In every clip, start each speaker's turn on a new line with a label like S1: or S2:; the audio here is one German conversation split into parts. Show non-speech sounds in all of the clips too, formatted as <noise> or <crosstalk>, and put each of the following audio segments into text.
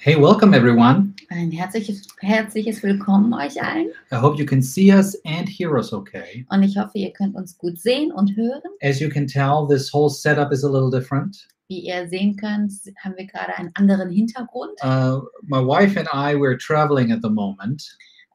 S1: Hey, welcome everyone.
S2: Ein herzliches, herzliches Willkommen euch allen
S1: I hope you can see us and hear us okay.
S2: und ich hoffe, ihr könnt uns gut sehen und hören.
S1: As you can tell, this whole setup is a little different.
S2: Wie ihr sehen könnt, haben wir gerade einen anderen Hintergrund.
S1: Uh, my wife and I were traveling at the moment.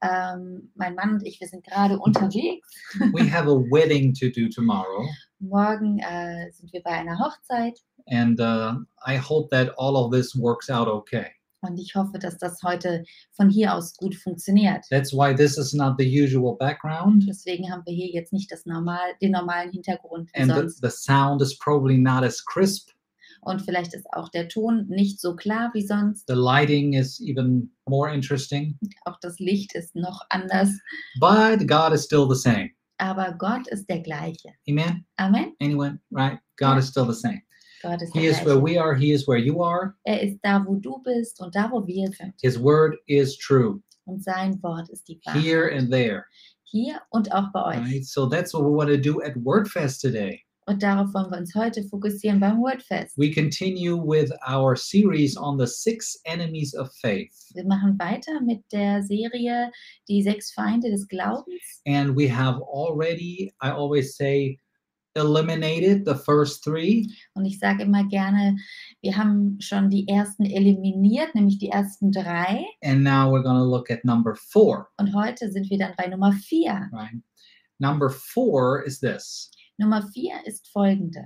S2: Ähm, mein Mann und ich, wir sind gerade unterwegs.
S1: we have a wedding to do tomorrow,
S2: Morgen äh, sind wir bei einer Hochzeit
S1: and uh, I hope that all of this works out okay.
S2: und ich hoffe, dass das heute von hier aus gut funktioniert.
S1: That's why this is not the usual background,
S2: Deswegen haben wir hier jetzt nicht das normal, den normalen Hintergrund wie
S1: and the,
S2: sonst.
S1: the sound is probably not as crisp.
S2: Und vielleicht ist auch der Ton nicht so klar wie sonst.
S1: The lighting is even more interesting,
S2: Auch das Licht ist noch anders.
S1: but God is still the same.
S2: Aber Gott ist der gleiche.
S1: Amen?
S2: Amen.
S1: Anyone? Right? God is still the same.
S2: Gott ist der
S1: He is where
S2: gleiche.
S1: we are, He is where you are.
S2: Er ist da, wo du bist und da, wo wir sind.
S1: His word is true
S2: Und sein Wort ist die Wahrheit.
S1: here and there.
S2: Hier und auch bei euch.
S1: Right? So that's what we want to do at WordFest today.
S2: Und darauf wollen wir uns heute fokussieren beim Wordfest.
S1: We continue with our series on the six enemies of faith.
S2: Wir machen weiter mit der Serie Die sechs Feinde des Glaubens.
S1: And we have already, I always say, eliminated the first three.
S2: Und ich sage immer gerne, wir haben schon die ersten eliminiert, nämlich die ersten drei.
S1: And now we're going to look at number four.
S2: Und heute sind wir dann bei Nummer vier.
S1: Right? Number four is this
S2: Nummer vier ist folgende.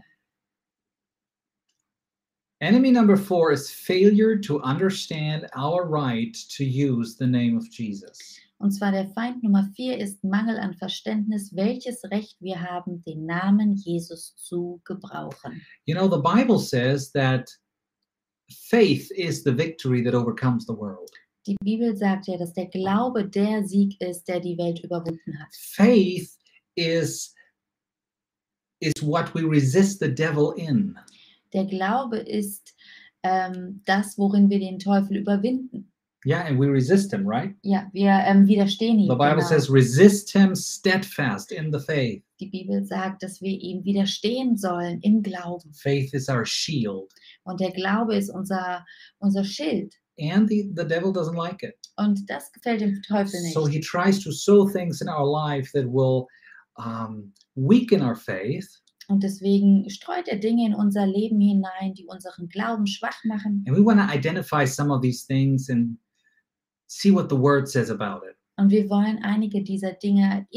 S1: enemy number four is failure to understand our right to use the name of Jesus.
S2: Und zwar der Feind Nummer vier ist Mangel an Verständnis, welches Recht wir haben, den Namen Jesus zu gebrauchen.
S1: You know, the Bible says that faith is the victory that overcomes the world.
S2: Die Bibel sagt ja, dass der Glaube der Sieg ist, der die Welt überwunden hat.
S1: Faith is is what we resist the devil in.
S2: Der Glaube ist ähm, das, worin wir den Teufel überwinden.
S1: Yeah, and we resist him, right?
S2: Ja, wir ähm, widerstehen ihm.
S1: The Bible
S2: genau.
S1: says resist him steadfast in the faith.
S2: Die Bibel sagt, dass wir ihm widerstehen sollen im Glauben.
S1: Faith is our shield.
S2: Und der Glaube ist unser, unser Schild.
S1: And the, the devil doesn't like it.
S2: Und das gefällt dem Teufel nicht.
S1: So he tries to sow things in our life that will um, weaken our faith.
S2: Und deswegen streut er Dinge in unser Leben hinein, die unseren Glauben schwach machen.
S1: And we want to identify some of these things and see what the word says about it.
S2: Und wir wollen einige dieser Dinge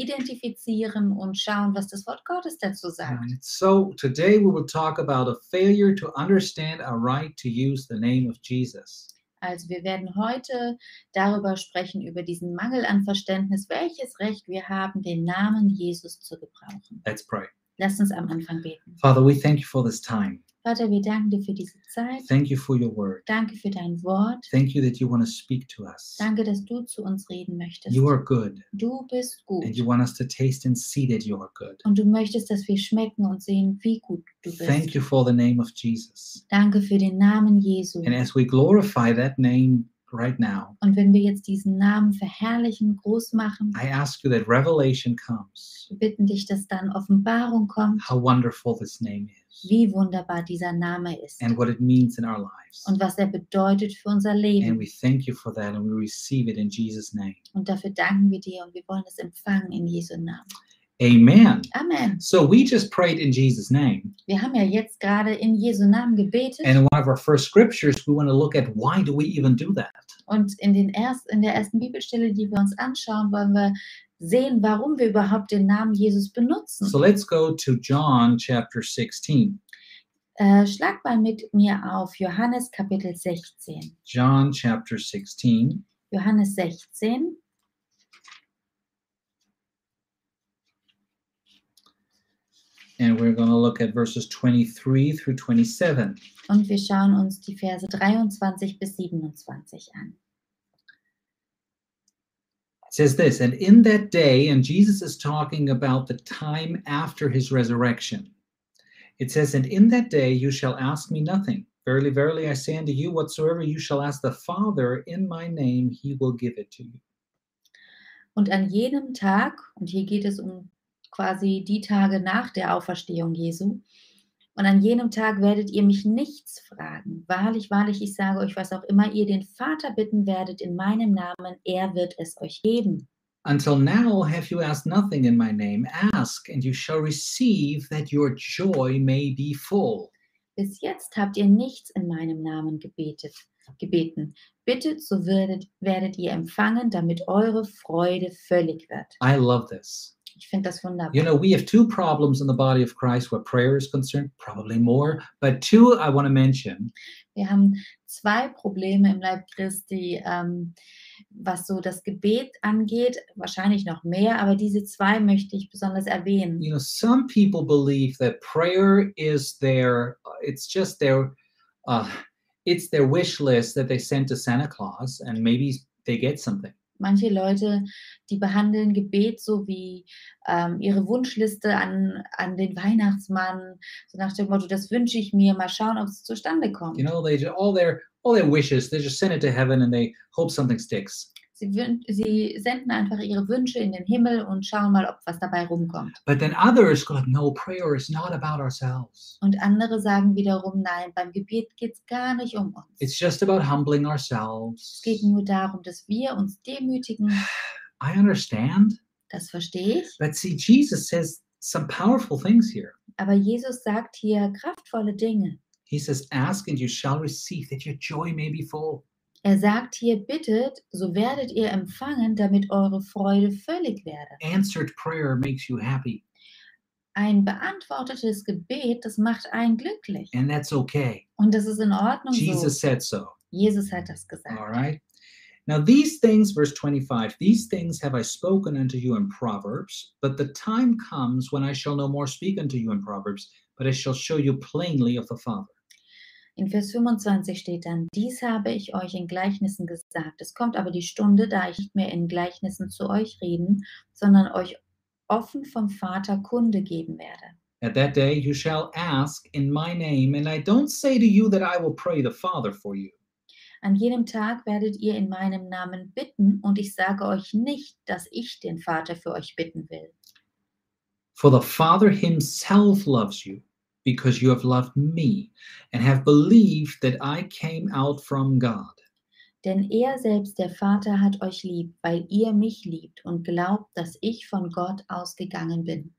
S2: identifizieren und schauen, was das Wort Gottes dazu sagt.
S1: Right. So today we will talk about a failure to understand our right to use the name of Jesus.
S2: Also wir werden heute darüber sprechen, über diesen Mangel an Verständnis, welches Recht wir haben, den Namen Jesus zu gebrauchen.
S1: Let's pray.
S2: Lasst uns am Anfang beten.
S1: Father, we thank you for this time.
S2: Vater, wir danken dir für diese Zeit.
S1: Thank you for your word.
S2: Danke für dein Wort.
S1: Thank you that you want to speak to us.
S2: Danke, dass du zu uns reden möchtest.
S1: You are good,
S2: Du bist
S1: and
S2: gut.
S1: you want us to taste and see that you are good.
S2: Und du möchtest, dass wir schmecken und sehen, wie gut du bist.
S1: Thank you for the name of Jesus.
S2: Danke für den Namen Jesu.
S1: And as we glorify that name right now,
S2: Und wenn wir jetzt diesen Namen verherrlichen, groß machen,
S1: I ask you that revelation comes.
S2: wir bitten dich, dass dann Offenbarung kommt,
S1: How wonderful this name is,
S2: wie wunderbar dieser Name ist
S1: and what it means in our lives.
S2: und was er bedeutet für unser
S1: And
S2: Leben.
S1: we thank you for that, and we receive it in Jesus' name.
S2: Und dafür danken wir dir und wir wollen es empfangen in Jesu Namen.
S1: Amen.
S2: Amen.
S1: So we just prayed in Jesus' name.
S2: Wir haben ja jetzt gerade in Jesu Namen gebetet
S1: And in one of our first scriptures, we want to look at why do we even do that?
S2: und in, den erst, in der ersten Bibelstelle, die wir uns anschauen, wollen wir sehen, warum wir überhaupt den Namen Jesus benutzen.
S1: So let's go to John chapter 16.
S2: Äh, schlag mal mit mir auf Johannes Kapitel 16.
S1: John chapter 16.
S2: Johannes 16.
S1: And we're going to look at verses 23 through 27.
S2: Und wir schauen uns die Verse 23 bis 27 an.
S1: It says this, and in that day, and Jesus is talking about the time after his resurrection. It says, and in that day you shall ask me nothing. Verily, verily, I say unto you, whatsoever you shall ask the Father in my name, he will give it to you.
S2: Und an jenem Tag, und hier geht es um quasi die Tage nach der Auferstehung Jesu, Und an jenem Tag werdet ihr mich nichts fragen. Wahrlich, wahrlich, ich sage euch, was auch immer ihr den Vater bitten werdet in meinem Namen, er wird es euch geben.
S1: Until now have you asked nothing in my name? Ask, and you shall receive, that your joy may be full.
S2: Bis jetzt habt ihr nichts in meinem Namen gebetet, gebeten. Bittet, so werdet, werdet ihr empfangen, damit eure Freude völlig wird.
S1: I love this.
S2: Ich finde das wunderbar.
S1: You know, we have two problems in the body of Christ where prayer is concerned, probably more, but two I want to mention.
S2: Wir haben zwei Probleme im Leib Christi, ähm, was so das Gebet angeht, wahrscheinlich noch mehr, aber diese zwei möchte ich besonders erwähnen.
S1: You know, some people believe that prayer is their, uh, it's just their, uh, it's their wish list that they send to Santa Claus, and maybe they get something.
S2: Manche Leute, die behandeln Gebet so wie ähm, ihre Wunschliste an, an den Weihnachtsmann, so nach dem Motto, das wünsche ich mir, mal schauen, ob es zustande kommt.
S1: You know, they ju- all their all their wishes, they just send it to heaven and they hope something sticks.
S2: Sie, wün- sie senden einfach ihre Wünsche in den Himmel und schauen mal, ob was dabei rumkommt.
S1: But then others go like, no, prayer is not about ourselves.
S2: Und andere sagen wiederum, nein, beim Gebet geht es gar nicht um uns.
S1: It's just about humbling
S2: Es
S1: ourselves.
S2: geht nur darum, dass wir uns demütigen.
S1: I understand,
S2: Das verstehe ich.
S1: but see, Jesus says some powerful things here.
S2: Aber Jesus sagt hier kraftvolle Dinge.
S1: He says, "Ask and you shall receive, that your joy may be full."
S2: Er sagt hier, bittet, so werdet ihr empfangen, damit eure Freude völlig werde.
S1: Answered prayer makes you happy,
S2: Ein beantwortetes Gebet, das macht einen glücklich.
S1: and that's okay.
S2: Und das ist in Ordnung so.
S1: Jesus said so.
S2: Jesus hat das gesagt.
S1: All right. Now, these things, verse 25, these things have I spoken unto you in Proverbs, but the time comes when I shall no more speak unto you in Proverbs, but I shall show you plainly of the Father.
S2: In Vers 25 steht dann, dies habe ich euch in Gleichnissen gesagt. Es kommt aber die Stunde, da ich nicht mehr in Gleichnissen zu euch reden, sondern euch offen vom Vater Kunde geben werde.
S1: At that day you shall ask in my name, and I don't say to you that I will pray the Father for you.
S2: An jenem Tag werdet ihr in meinem Namen bitten, und ich sage euch nicht, dass ich den Vater für euch bitten will.
S1: For the Father himself loves you, because you have loved me, and have believed that I came out from God.
S2: Denn er selbst, der Vater, hat euch lieb, weil ihr mich liebt und glaubt, dass ich von Gott ausgegangen bin.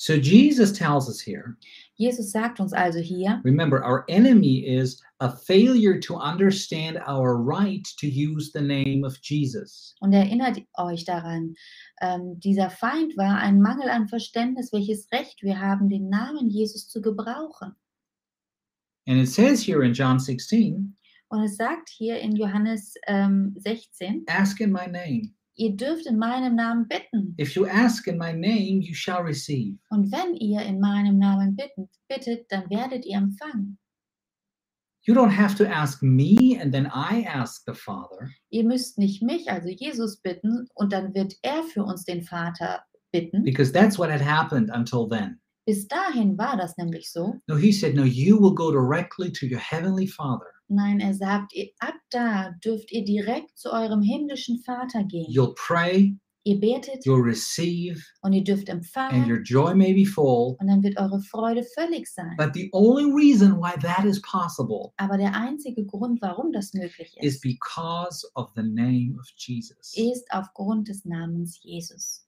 S1: So Jesus tells us here
S2: Jesus sagt uns also hier,
S1: Remember, our enemy is a failure to understand our right to use the name of Jesus.
S2: und erinnert euch daran, ähm, dieser Feind war ein Mangel an Verständnis, welches Recht wir haben, den Namen Jesus zu gebrauchen.
S1: And it says here in John 16,
S2: Und es sagt hier in Johannes ähm, 16,
S1: ask in my name.
S2: ihr dürft in meinem Namen bitten.
S1: If you ask in my name, you shall receive.
S2: Und wenn ihr in meinem Namen bittet, bittet, dann werdet ihr empfangen.
S1: You don't have to ask me and then I ask the Father.
S2: Ihr müsst nicht mich, also Jesus, bitten und dann wird er für uns den Vater bitten.
S1: Because that's what had happened until then.
S2: Bis dahin war das nämlich so.
S1: No, he said, No, you will go directly to your heavenly Father.
S2: Nein, er sagt, ihr- ab da dürft ihr direkt zu eurem himmlischen Vater gehen.
S1: You'll pray,
S2: Ihr betet
S1: you'll receive,
S2: und ihr dürft
S1: and
S2: empfangen
S1: your joy may be full.
S2: und dann wird eure Freude völlig sein.
S1: But the only reason why that is possible
S2: Aber der einzige Grund, warum das möglich
S1: is
S2: ist,
S1: because of the name of Jesus.
S2: ist aufgrund des Namens Jesus.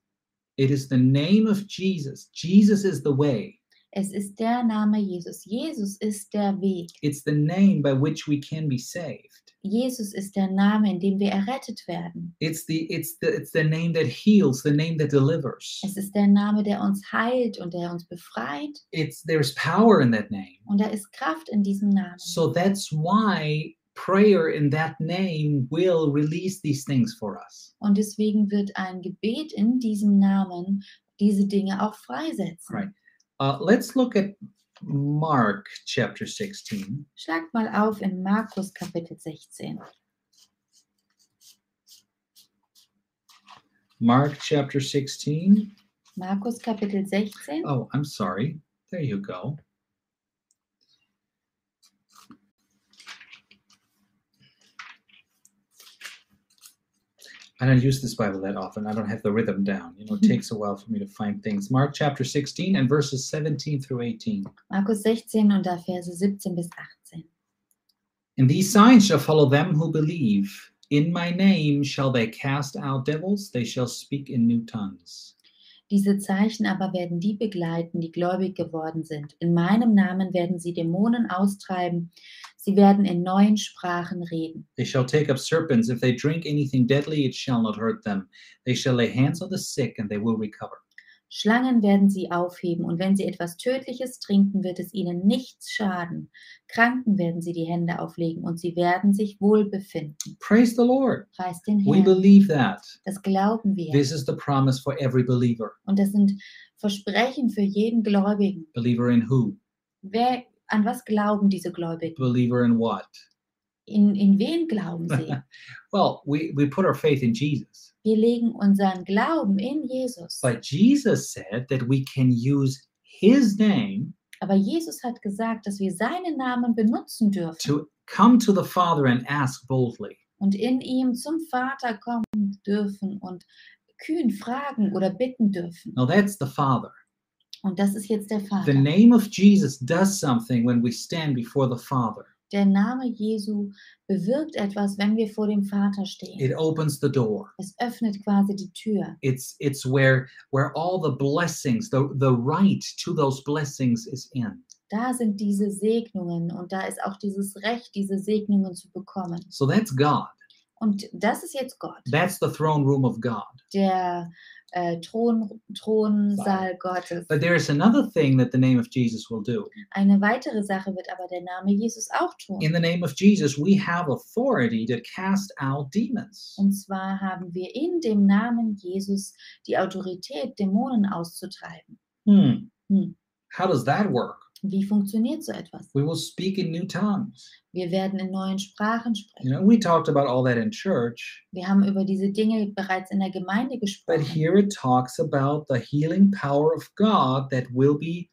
S1: It is the name of Jesus. Jesus is the way.
S2: Es ist der Name Jesus. Jesus ist der Weg.
S1: It's the name by which we can be saved.
S2: Jesus ist der Name, in dem wir errettet werden.
S1: It's the it's the it's the name that heals, the name that delivers.
S2: Es ist der Name, der uns heilt und der uns befreit.
S1: It's there's power in that name.
S2: Und da ist Kraft in diesem Namen.
S1: So that's why prayer in that name will release these things for us.
S2: Und deswegen wird ein Gebet in diesem Namen diese Dinge auch freisetzen.
S1: Right. Uh, let's look at Mark chapter 16.
S2: Schlagt mal auf in Markus Kapitel 16.
S1: Mark chapter 16.
S2: Markus Kapitel 16.
S1: Oh, I'm sorry. There you go. I don't use this Bible that often. I don't have the rhythm down. You know, it takes a while for me to find things. Mark chapter 16 and verses 17 through 18.
S2: Markus 16 und da Verse 17 bis 18.
S1: And these signs shall follow them who believe. In my name shall they cast out devils, they shall speak in new tongues.
S2: Diese Zeichen aber werden die begleiten, die gläubig geworden sind. In meinem Namen werden sie Dämonen austreiben. Sie werden in neuen Sprachen reden.
S1: They shall take up serpents. If they drink anything deadly, it shall not hurt them. They shall lay hands on the sick and they will recover.
S2: Schlangen werden sie aufheben, und wenn sie etwas Tödliches trinken, wird es ihnen nichts schaden. Kranken werden sie die Hände auflegen, und sie werden sich wohl befinden.
S1: Praise the Lord.
S2: Preis den
S1: We
S2: Herrn.
S1: believe that.
S2: Das glauben wir.
S1: This is the promise for every believer.
S2: Und das sind Versprechen für jeden Gläubigen.
S1: Believer in who?
S2: Wer, an was glauben diese Gläubigen?
S1: Believer in what?
S2: In, in wen
S1: <laughs>
S2: glauben sie?
S1: Well, we, we put our faith in Jesus.
S2: Wir legen unseren Glauben in Jesus.
S1: But Jesus said that we can use his name
S2: Aber Jesus hat gesagt, dass wir seinen Namen benutzen dürfen
S1: to come to the Father and ask boldly.
S2: und in ihm zum Vater kommen dürfen und kühn fragen oder bitten dürfen.
S1: Now that's the Father.
S2: Und das ist jetzt der
S1: The
S2: Vater.
S1: name of Jesus does something when we stand before the Father.
S2: Der Name Jesu bewirkt etwas, wenn wir vor dem Vater stehen.
S1: It opens the door.
S2: Es öffnet quasi die Tür.
S1: It's it's where where all the blessings, the, the right to those blessings is in.
S2: Da sind diese Segnungen und da ist auch dieses Recht, diese Segnungen zu bekommen.
S1: So that's God.
S2: Und das ist jetzt Gott,
S1: That's the throne room of God.
S2: der äh, Thron, Thronsaal Gottes.
S1: But there is another thing that the name of Jesus will do.
S2: Eine weitere Sache wird aber der Name Jesus auch tun.
S1: In the name of Jesus, we have authority to cast out demons.
S2: Und zwar haben wir in dem Namen Jesus die Autorität, Dämonen auszutreiben.
S1: Hmm.
S2: Hmm.
S1: How does that work?
S2: Wie funktioniert so etwas?
S1: We will speak in new tongues.
S2: Wir werden in neuen
S1: You
S2: Sprachen sprechen.
S1: know, we talked about all that in church,
S2: Wir haben über diese Dinge bereits in der Gemeinde
S1: but
S2: gesprochen.
S1: here it talks about the healing power of God that will be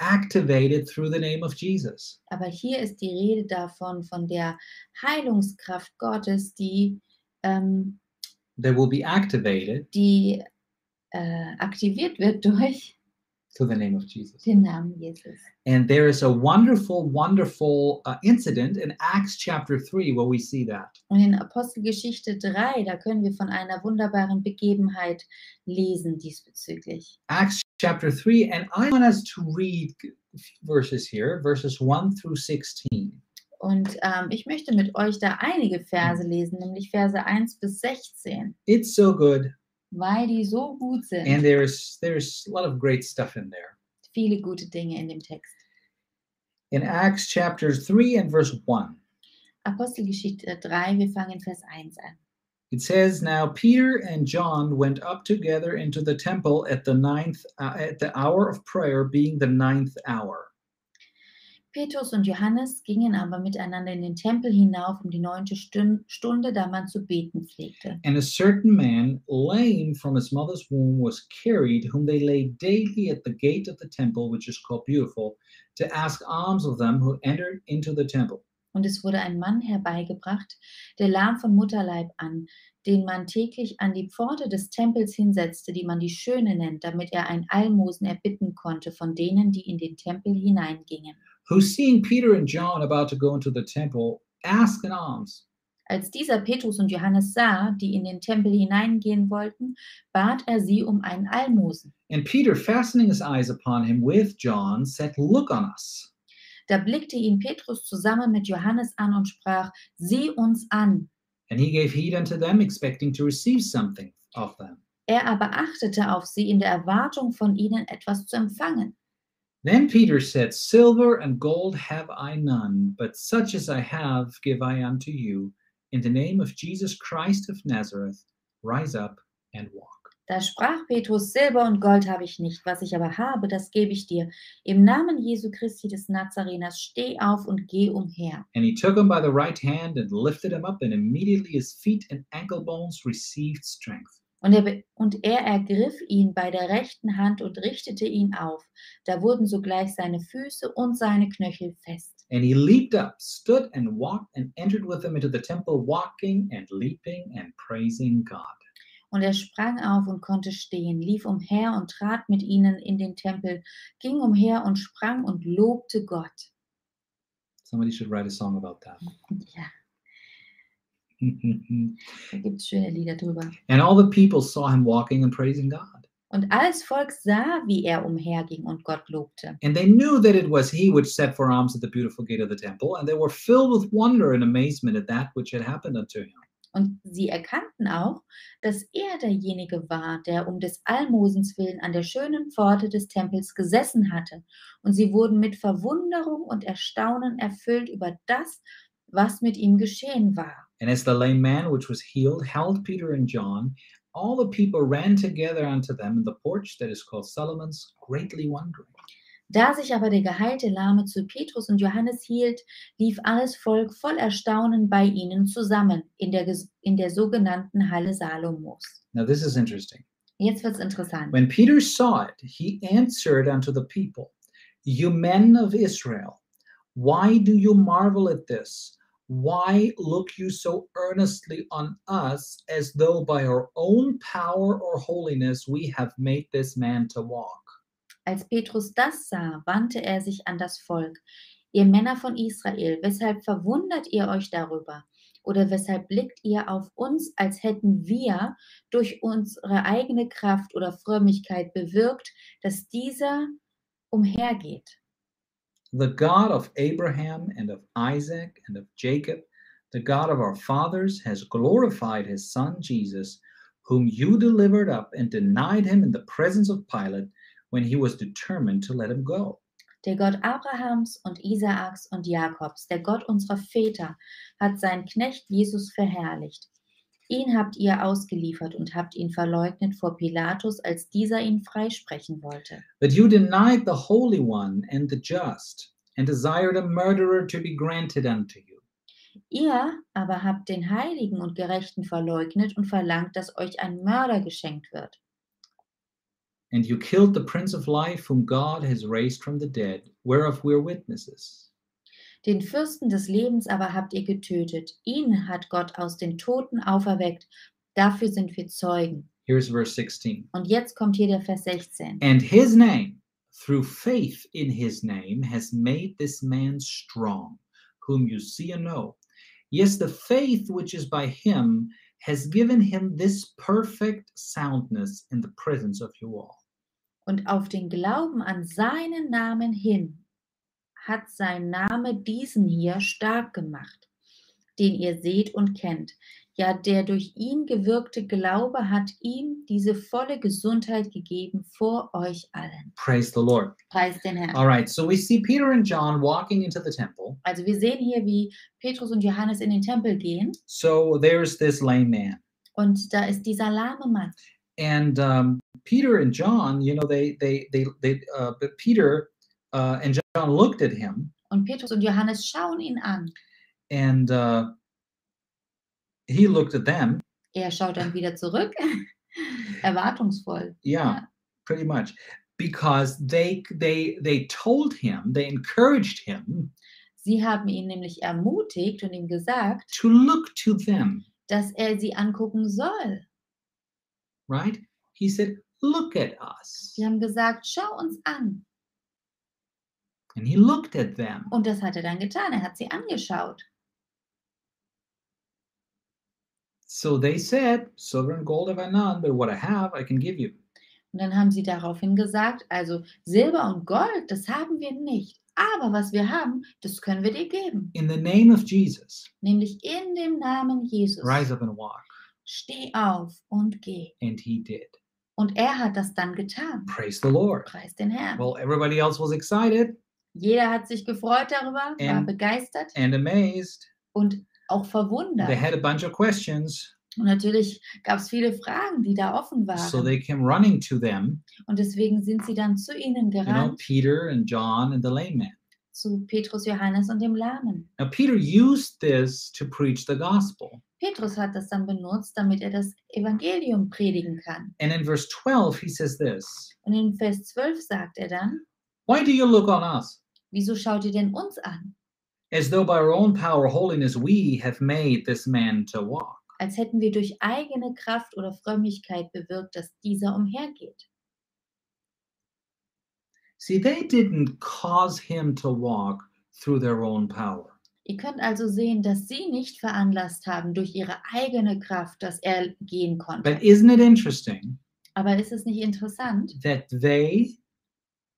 S1: activated through the name of Jesus.
S2: Aber hier ist die Rede davon, von der Heilungskraft Gottes, die, ähm,
S1: That will be activated
S2: die äh, aktiviert wird <laughs> durch
S1: through the name of Jesus.
S2: den Namen Jesus.
S1: And there is a wonderful, wonderful uh, incident in Acts chapter 3 where we see that.
S2: Und in Apostelgeschichte 3, da können wir von einer wunderbaren Begebenheit lesen diesbezüglich.
S1: Acts chapter 3, and I want us to read a few verses here, verses 1 through 16.
S2: Und ähm, ich möchte mit euch da einige Verse lesen, nämlich Verse 1 bis 16,
S1: It's so good,
S2: weil die so gut sind.
S1: and there's there's a lot of great stuff in there.
S2: Viele gute Dinge in dem Text.
S1: In Acts chapter 3 and verse 1,
S2: Apostelgeschichte 3, wir fangen in Vers 1 an.
S1: it says, Now Peter and John went up together into the temple at the ninth uh, at the hour of prayer, being the ninth hour.
S2: Petrus und Johannes gingen aber miteinander in den Tempel hinauf um die neunte Stün- Stunde, da man zu beten pflegte.
S1: And a certain man, lame from his mother's womb, was carried, whom they laid daily at the gate of the temple, which is called Beautiful, to ask alms of them who entered into the temple.
S2: Und es wurde ein Mann herbeigebracht, der lahm von Mutterleib an, den man täglich an die Pforte des Tempels hinsetzte, die man die Schöne nennt, damit er ein Almosen erbitten konnte von denen, die in den Tempel hineingingen.
S1: Who, seeing Peter and John about to go into the temple, asked an alms.
S2: Als dieser Petrus und Johannes sah, die in den Tempel hineingehen wollten, bat er sie um ein Almosen.
S1: And Peter, fastening his eyes upon him with John, said, Look on us.
S2: Da blickte ihn Petrus zusammen mit Johannes an und sprach, sieh uns an.
S1: And he gave heed unto them, expecting to receive something of them.
S2: Er aber achtete auf sie in der Erwartung, von ihnen etwas zu empfangen.
S1: Then Peter said, Silver and gold have I none, but such as I have give I unto you. In the name of Jesus Christ of Nazareth, rise up and walk.
S2: Da sprach Petrus, Silber und Gold habe ich nicht, was ich aber habe, das gebe ich dir. Im Namen Jesu Christi des Nazareners steh auf und geh umher.
S1: And he took him by the right hand and lifted him up, and immediately his feet and ankle bones received strength.
S2: Und er, be- und er ergriff ihn bei der rechten Hand und richtete ihn auf. Da wurden sogleich seine Füße und seine Knöchel fest.
S1: And he leaped up, stood and walked, and entered with them into the temple, walking and leaping and praising God.
S2: Und er sprang auf und konnte stehen, lief umher und trat mit ihnen in den Tempel, ging umher und sprang und lobte Gott.
S1: Somebody should write a song about that. <laughs>
S2: Ja, da gibt es schöne Lieder drüber.
S1: and all the people saw him walking and praising God.
S2: Und alles Volk sah, wie er umherging und Gott lobte.
S1: And they knew that it was he which set for alms at the beautiful gate of the temple, and they were filled with wonder and amazement at that which had happened unto him.
S2: Und sie erkannten auch, dass er derjenige war, der um des Almosens willen an der schönen Pforte des Tempels gesessen hatte. Und sie wurden mit Verwunderung und Erstaunen erfüllt über das, was mit ihm geschehen war.
S1: And as the lame man which was healed held Peter and John, all the people ran together unto them in the porch that is called Solomon's, greatly wondering.
S2: Da sich aber der geheilte Lahme zu Petrus und Johannes hielt, lief alles Volk voll Erstaunen bei ihnen zusammen in der, ges- in der sogenannten Halle Salomos.
S1: Now, this is interesting.
S2: Jetzt wird's interessant.
S1: When Peter saw it, he answered unto the people, You men of Israel, why do you marvel at this? Why look you so earnestly on us as though by our own power or holiness we have made this man to walk?
S2: Als Petrus das sah, wandte er sich an das Volk. Ihr Männer von Israel, weshalb verwundert ihr euch darüber? Oder weshalb blickt ihr auf uns, als hätten wir durch unsere eigene Kraft oder Frömmigkeit bewirkt, dass dieser umhergeht?
S1: The God of Abraham and of Isaac and of Jacob, the God of our fathers, has glorified his son Jesus, whom you delivered up and denied him in the presence of Pilate when he was determined to let him go.
S2: Der Gott Abrahams und Isaaks und Jakobs, der Gott unserer Väter, hat seinen Knecht Jesus verherrlicht. Ihn habt ihr ausgeliefert und habt ihn verleugnet vor Pilatus, als dieser ihn freisprechen wollte.
S1: But you denied the Holy One and the just, and desired a murderer to be granted unto you.
S2: Ihr aber habt den Heiligen und Gerechten verleugnet und verlangt, dass euch ein Mörder geschenkt wird.
S1: And you killed the Prince of Life, whom God has raised from the dead, whereof we're witnesses.
S2: Den Fürsten des Lebens aber habt ihr getötet. Ihn hat Gott aus den Toten auferweckt. Dafür sind wir Zeugen.
S1: Here's verse 16.
S2: Und jetzt kommt hier der Vers 16.
S1: And his name, through faith in his name, has made this man strong, whom you see and know. Yes, the faith which is by him has given him this perfect soundness in the presence of you all.
S2: Und auf den Glauben an seinen Namen hin hat sein Name diesen hier stark gemacht, den ihr seht und kennt. Ja, der durch ihn gewirkte Glaube hat ihm diese volle Gesundheit gegeben vor euch allen.
S1: Praise the Lord.
S2: Preis den Herrn.
S1: All right, so we see Peter and John walking into the temple.
S2: Also wir sehen hier, wie Petrus und Johannes in den Tempel gehen
S1: So there's this lame man,
S2: und da ist dieser lahme Mann.
S1: and um, Peter and John, you know, they they they they. Uh, but Peter uh, and John looked at him,
S2: Und Petrus und Johannes schauen ihn an.
S1: and uh, he looked at them.
S2: Er schaut dann wieder zurück, <laughs> erwartungsvoll.
S1: Yeah,
S2: Yeah.
S1: pretty much, because they they they told him, they encouraged him
S2: Sie haben ihn nämlich ermutigt und ihm gesagt,
S1: to look to them.
S2: dass er sie angucken soll.
S1: Right? He said, "Look at us,"
S2: Sie haben gesagt, schau uns an.
S1: and he looked at them.
S2: Und das hat er dann getan. Er hat sie angeschaut.
S1: So they said, Silver and gold have I none, but what I have I can give you.
S2: Und dann haben sie daraufhin gesagt, also Silber und Gold, das haben wir nicht. Aber was wir haben, das können wir dir geben.
S1: In the name of Jesus,
S2: Nämlich in dem Namen Jesus.
S1: rise up and walk.
S2: Steh auf und geh.
S1: And he did.
S2: Und er hat das dann getan.
S1: Praise the Lord.
S2: Preis den Herrn.
S1: Well, everybody else was excited
S2: Jeder hat sich gefreut darüber, war
S1: And-
S2: begeistert
S1: and amazed.
S2: und auch
S1: They
S2: verwundert.
S1: had a bunch of questions,
S2: Und natürlich gab es viele Fragen, die da offen waren.
S1: so they came running to them,
S2: Und deswegen sind sie dann zu ihnen
S1: you know,
S2: gerannt,
S1: Peter and John and the lame man.
S2: zu Petrus, Johannes und dem Lahmen.
S1: Now, Peter used this to preach the gospel.
S2: Petrus hat das dann benutzt, damit er das Evangelium predigen kann.
S1: And in verse 12, he says this
S2: Und in Vers 12 sagt er dann,
S1: Why do you look on us?
S2: wieso schaut ihr denn uns an?
S1: As though by our own power, or holiness, we have made this man to walk.
S2: Als hätten wir durch eigene Kraft oder Frömmigkeit bewirkt, dass dieser umhergeht.
S1: See, they didn't cause him to walk through their own power.
S2: Ihr könnt also sehen, dass sie nicht veranlasst haben durch ihre eigene Kraft, dass er gehen konnte.
S1: But isn't it interesting
S2: Aber ist es nicht interessant,
S1: that they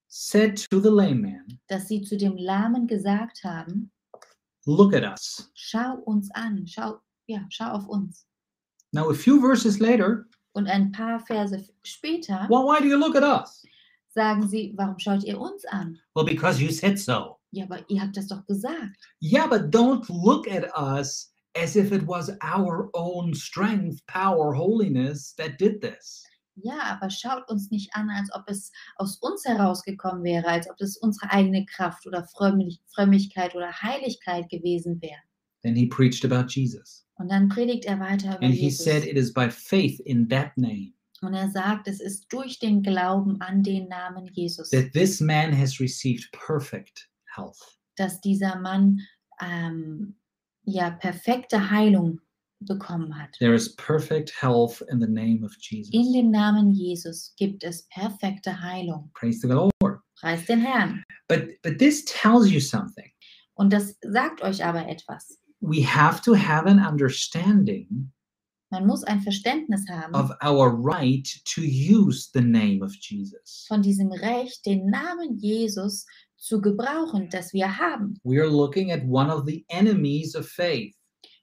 S1: said to the lame man,
S2: dass sie zu dem Lahmen gesagt haben,
S1: Look at us.
S2: schau uns an, schau, ja, schau auf uns.
S1: Now, a few verses later,
S2: Und ein paar Verse f- später
S1: well, why do you look at us?
S2: sagen sie, warum schaut ihr uns an?
S1: Well, because you said so.
S2: Ja, aber ihr habt das doch gesagt.
S1: Yeah, but don't look at us as if it was our own strength, power, holiness that did this.
S2: Ja, aber schaut uns nicht an, als ob es aus uns herausgekommen wäre, als ob es unsere eigene Kraft oder Frömmlich- Frömmigkeit oder Heiligkeit gewesen wäre.
S1: Then he preached about Jesus.
S2: Und dann predigt er weiter über
S1: And he
S2: Jesus.
S1: said, It is by faith in that name
S2: Und er sagt, es ist durch den Glauben an den Namen Jesus,
S1: that this man has received perfect health.
S2: dass dieser Mann ähm, ja perfekte Heilung bekommen hat.
S1: There is perfect health in the name of Jesus.
S2: In dem Namen Jesus gibt es perfekte Heilung.
S1: Praise the Lord.
S2: Preis den Herrn.
S1: But but this tells you something.
S2: Und das sagt euch aber etwas.
S1: We have to have an understanding
S2: Man muss ein Verständnis haben
S1: of our right to use the name of Jesus.
S2: von diesem Recht, den Namen Jesus zu gebrauchen, das wir haben.
S1: We are looking at one of the enemies of faith,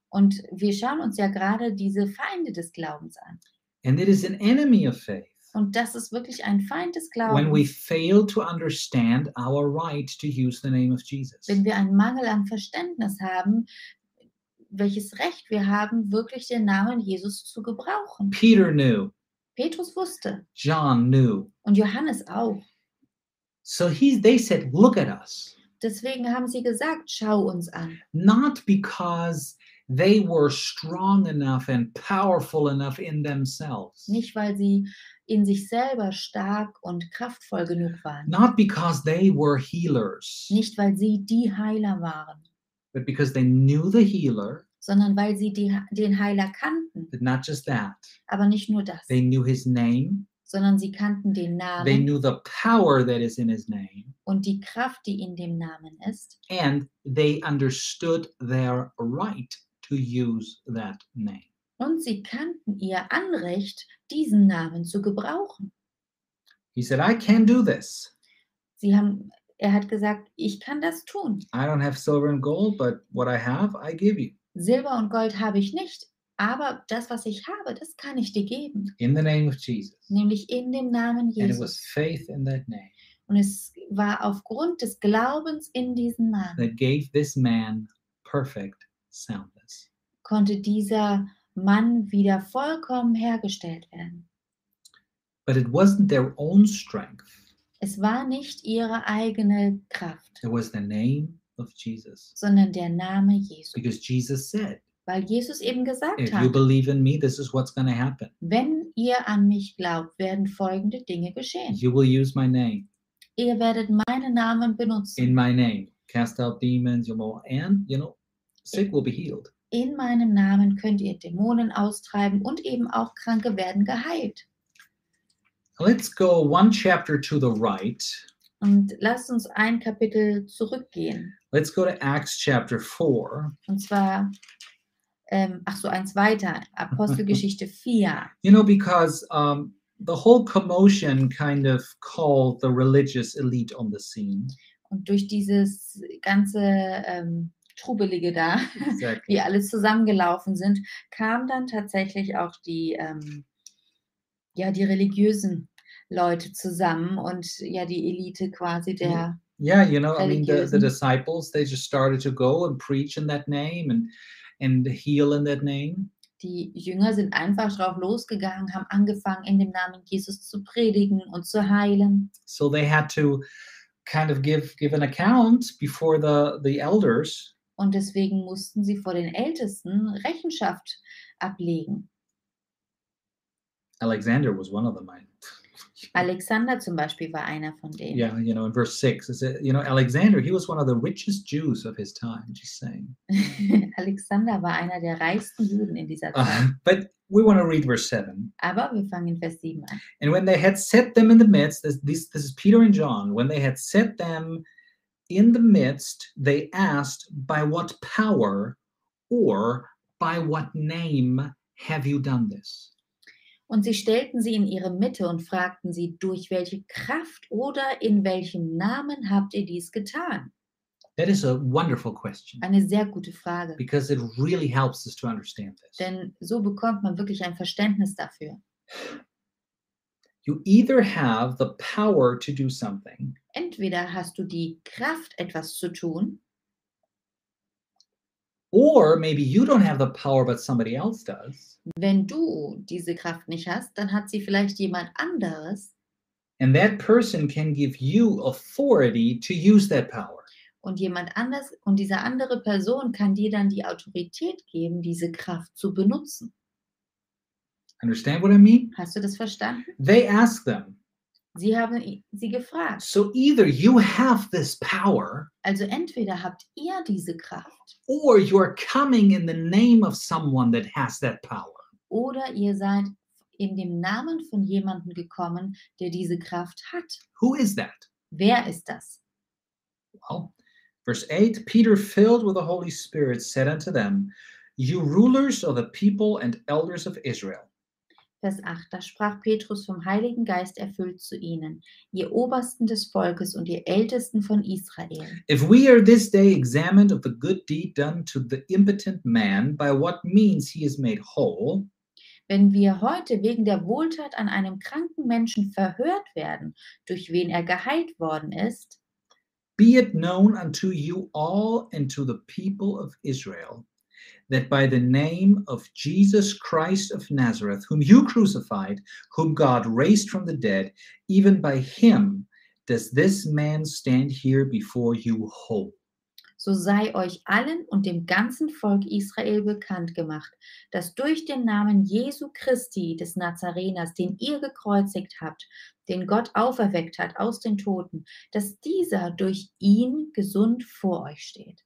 S2: Und wir schauen uns ja gerade diese Feinde des Glaubens an.
S1: and it is an enemy of faith
S2: Und das ist wirklich ein Feind des
S1: when we
S2: Glaubens,
S1: fail to understand our right to use the name of Jesus.
S2: wenn wir einen Mangel an Verständnis haben, welches Recht wir haben, wirklich den Namen Jesus zu gebrauchen.
S1: Peter knew,
S2: Petrus wusste
S1: John knew.
S2: und Johannes auch.
S1: So he they said, "Look at us."
S2: Deswegen haben sie gesagt, schau uns an.
S1: Not because they were strong enough and powerful enough in themselves.
S2: Nicht, weil sie in sich selber stark und kraftvoll genug waren.
S1: not because they were healers,
S2: Nicht, weil sie die Heiler waren,
S1: but because they knew the healer,
S2: sondern weil sie die, den Heiler kannten.
S1: but not just that.
S2: Aber nicht nur das,
S1: They knew his name,
S2: sondern sie kannten
S1: they
S2: den Namen
S1: knew the power that is in his name,
S2: und die Kraft, die in dem Namen ist.
S1: and they understood their right to use that name.
S2: Und sie kannten ihr Anrecht, diesen Namen zu gebrauchen.
S1: He said, I can do this.
S2: Sie haben, er hat gesagt, ich kann das tun.
S1: I don't have silver and gold, but what I have, I give you.
S2: Silber und Gold habe ich nicht, aber das, was ich habe, das kann ich dir geben,
S1: In the name of Jesus.
S2: nämlich in dem Namen
S1: And it was
S2: Jesus.
S1: faith in that name
S2: Und es war aufgrund des Glaubens in diesen Namen,
S1: that gave this man perfect soundness.
S2: konnte dieser Mann wieder vollkommen hergestellt werden.
S1: But it wasn't their own strength
S2: Es war nicht ihre eigene Kraft,
S1: It was the name of Jesus.
S2: sondern der Name Jesus.
S1: Because Jesus said,
S2: Weil Jesus eben gesagt
S1: if you
S2: hat,
S1: believe in me, this is what's going to happen.
S2: Wenn ihr an mich glaubt, werden folgende Dinge geschehen.
S1: You will use my name.
S2: Ihr werdet meinen Namen benutzen.
S1: In my name, cast out demons, you know, and, you know, sick will be healed.
S2: In meinem Namen könnt ihr Dämonen austreiben und eben auch Kranke werden geheilt.
S1: Let's go one chapter to the right.
S2: Und lasst uns ein Kapitel zurückgehen.
S1: Let's go to Acts chapter 4.
S2: Und zwar, ähm, ach so, eins weiter, Apostelgeschichte 4.
S1: You know, because um, the whole commotion kind of called the religious elite on the scene.
S2: Und durch dieses ganze ähm, Trubelige da, <laughs>
S1: Exactly.
S2: wie alle zusammengelaufen sind, kamen dann tatsächlich auch die, ähm, ja, die religiösen Leute zusammen und ja, die Elite quasi
S1: Ja.
S2: der,
S1: Yeah, you know, I mean, the, the
S2: Religiösen.
S1: disciples, they just started to go and preach in that name and and heal in that name.
S2: die Jünger sind einfach drauf losgegangen, haben angefangen, in dem Namen Jesus zu predigen und zu heilen.
S1: So they had to kind of give give an account before the the elders
S2: und deswegen mussten sie vor den Ältesten Rechenschaft ablegen.
S1: Alexander was one of them. I,
S2: Alexander zum Beispiel war einer von denen.
S1: yeah, you know, in verse six, it said, you know, Alexander, he was one of the richest Jews of his time, just saying.
S2: <laughs> Alexander war einer der reichsten Juden in dieser Zeit.
S1: Uh, but we want to read verse seven.
S2: Aber wir fangen in Vers 7 an.
S1: And when they had set them in the midst, this, this, this is Peter and John, when they had set them in the midst, they asked, By what power or by what name have you done this?
S2: Und sie stellten sie in ihre Mitte und fragten sie, durch welche Kraft oder in welchem Namen habt ihr dies getan?
S1: That is a wonderful question
S2: Eine sehr gute Frage,
S1: because it really helps us to understand this.
S2: denn so bekommt man wirklich ein Verständnis dafür.
S1: You either have the power to do something
S2: Entweder hast du die Kraft, etwas zu tun,
S1: or maybe you don't have the power but somebody else does
S2: wenn du diese Kraft nicht hast, dann hat sie vielleicht jemand anderes
S1: and that person can give you authority to use that power
S2: und jemand anders und diese andere Person kann dir dann die Autorität geben, diese Kraft zu benutzen.
S1: understand what i mean
S2: Hast du das verstanden?
S1: they ask them
S2: Sie haben i- sie gefragt.
S1: so either you have this power
S2: Also entweder habt ihr diese Kraft
S1: or you're coming in the name of someone that has that power
S2: oder ihr seid in dem Namen von jemandem gekommen, der diese Kraft hat.
S1: who is that
S2: Wer ist das?
S1: Well, verse 8 Peter, filled with the Holy Spirit, said unto them, You rulers of the people and elders of Israel,
S2: Vers 8. Da sprach Petrus vom Heiligen Geist erfüllt zu ihnen, ihr Obersten des Volkes und ihr Ältesten von Israel.
S1: if we are this day examined of the good deed done to the impotent man, by what means he is made whole,
S2: Wenn wir heute wegen der Wohltat an einem kranken Menschen verhört werden, durch wen er geheilt worden ist,
S1: be it known unto you all and to the people of Israel, that by the name of Jesus Christ of Nazareth, whom you crucified, whom God raised from the dead, even by him does this man stand here before you whole.
S2: so sei euch allen und dem ganzen Volk Israel bekannt gemacht, dass durch den Namen Jesu Christi des Nazareners, den ihr gekreuzigt habt, den Gott auferweckt hat aus den Toten, dass dieser durch ihn gesund vor euch steht.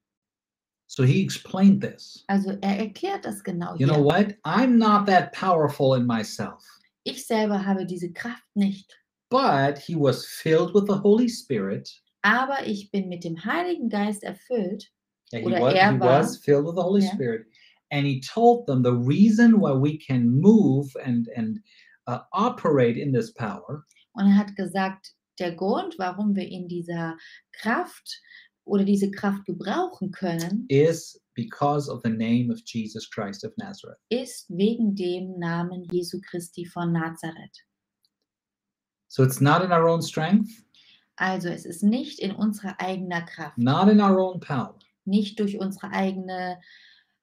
S1: So he explained this.
S2: Also er erklärt das genau
S1: You know
S2: hier.
S1: what? I'm not that powerful in myself,
S2: Ich selber habe diese Kraft nicht.
S1: but he was filled with the Holy Spirit.
S2: Aber ich bin mit dem Heiligen Geist erfüllt
S1: Yeah,
S2: Oder
S1: he was,
S2: er
S1: he
S2: war.
S1: was filled with the Holy
S2: Yeah.
S1: Spirit, and he told them the reason why we can move and and uh, operate in this power
S2: Und er hat gesagt, der Grund, warum wir in dieser Kraft oder diese Kraft gebrauchen können,
S1: is because of the name of Jesus Christ of Nazareth.
S2: ist wegen dem Namen Jesu Christi von Nazareth.
S1: So it's not in our own strength,
S2: Also es ist nicht in unserer eigenen Kraft,
S1: not in our own power.
S2: nicht durch unsere eigene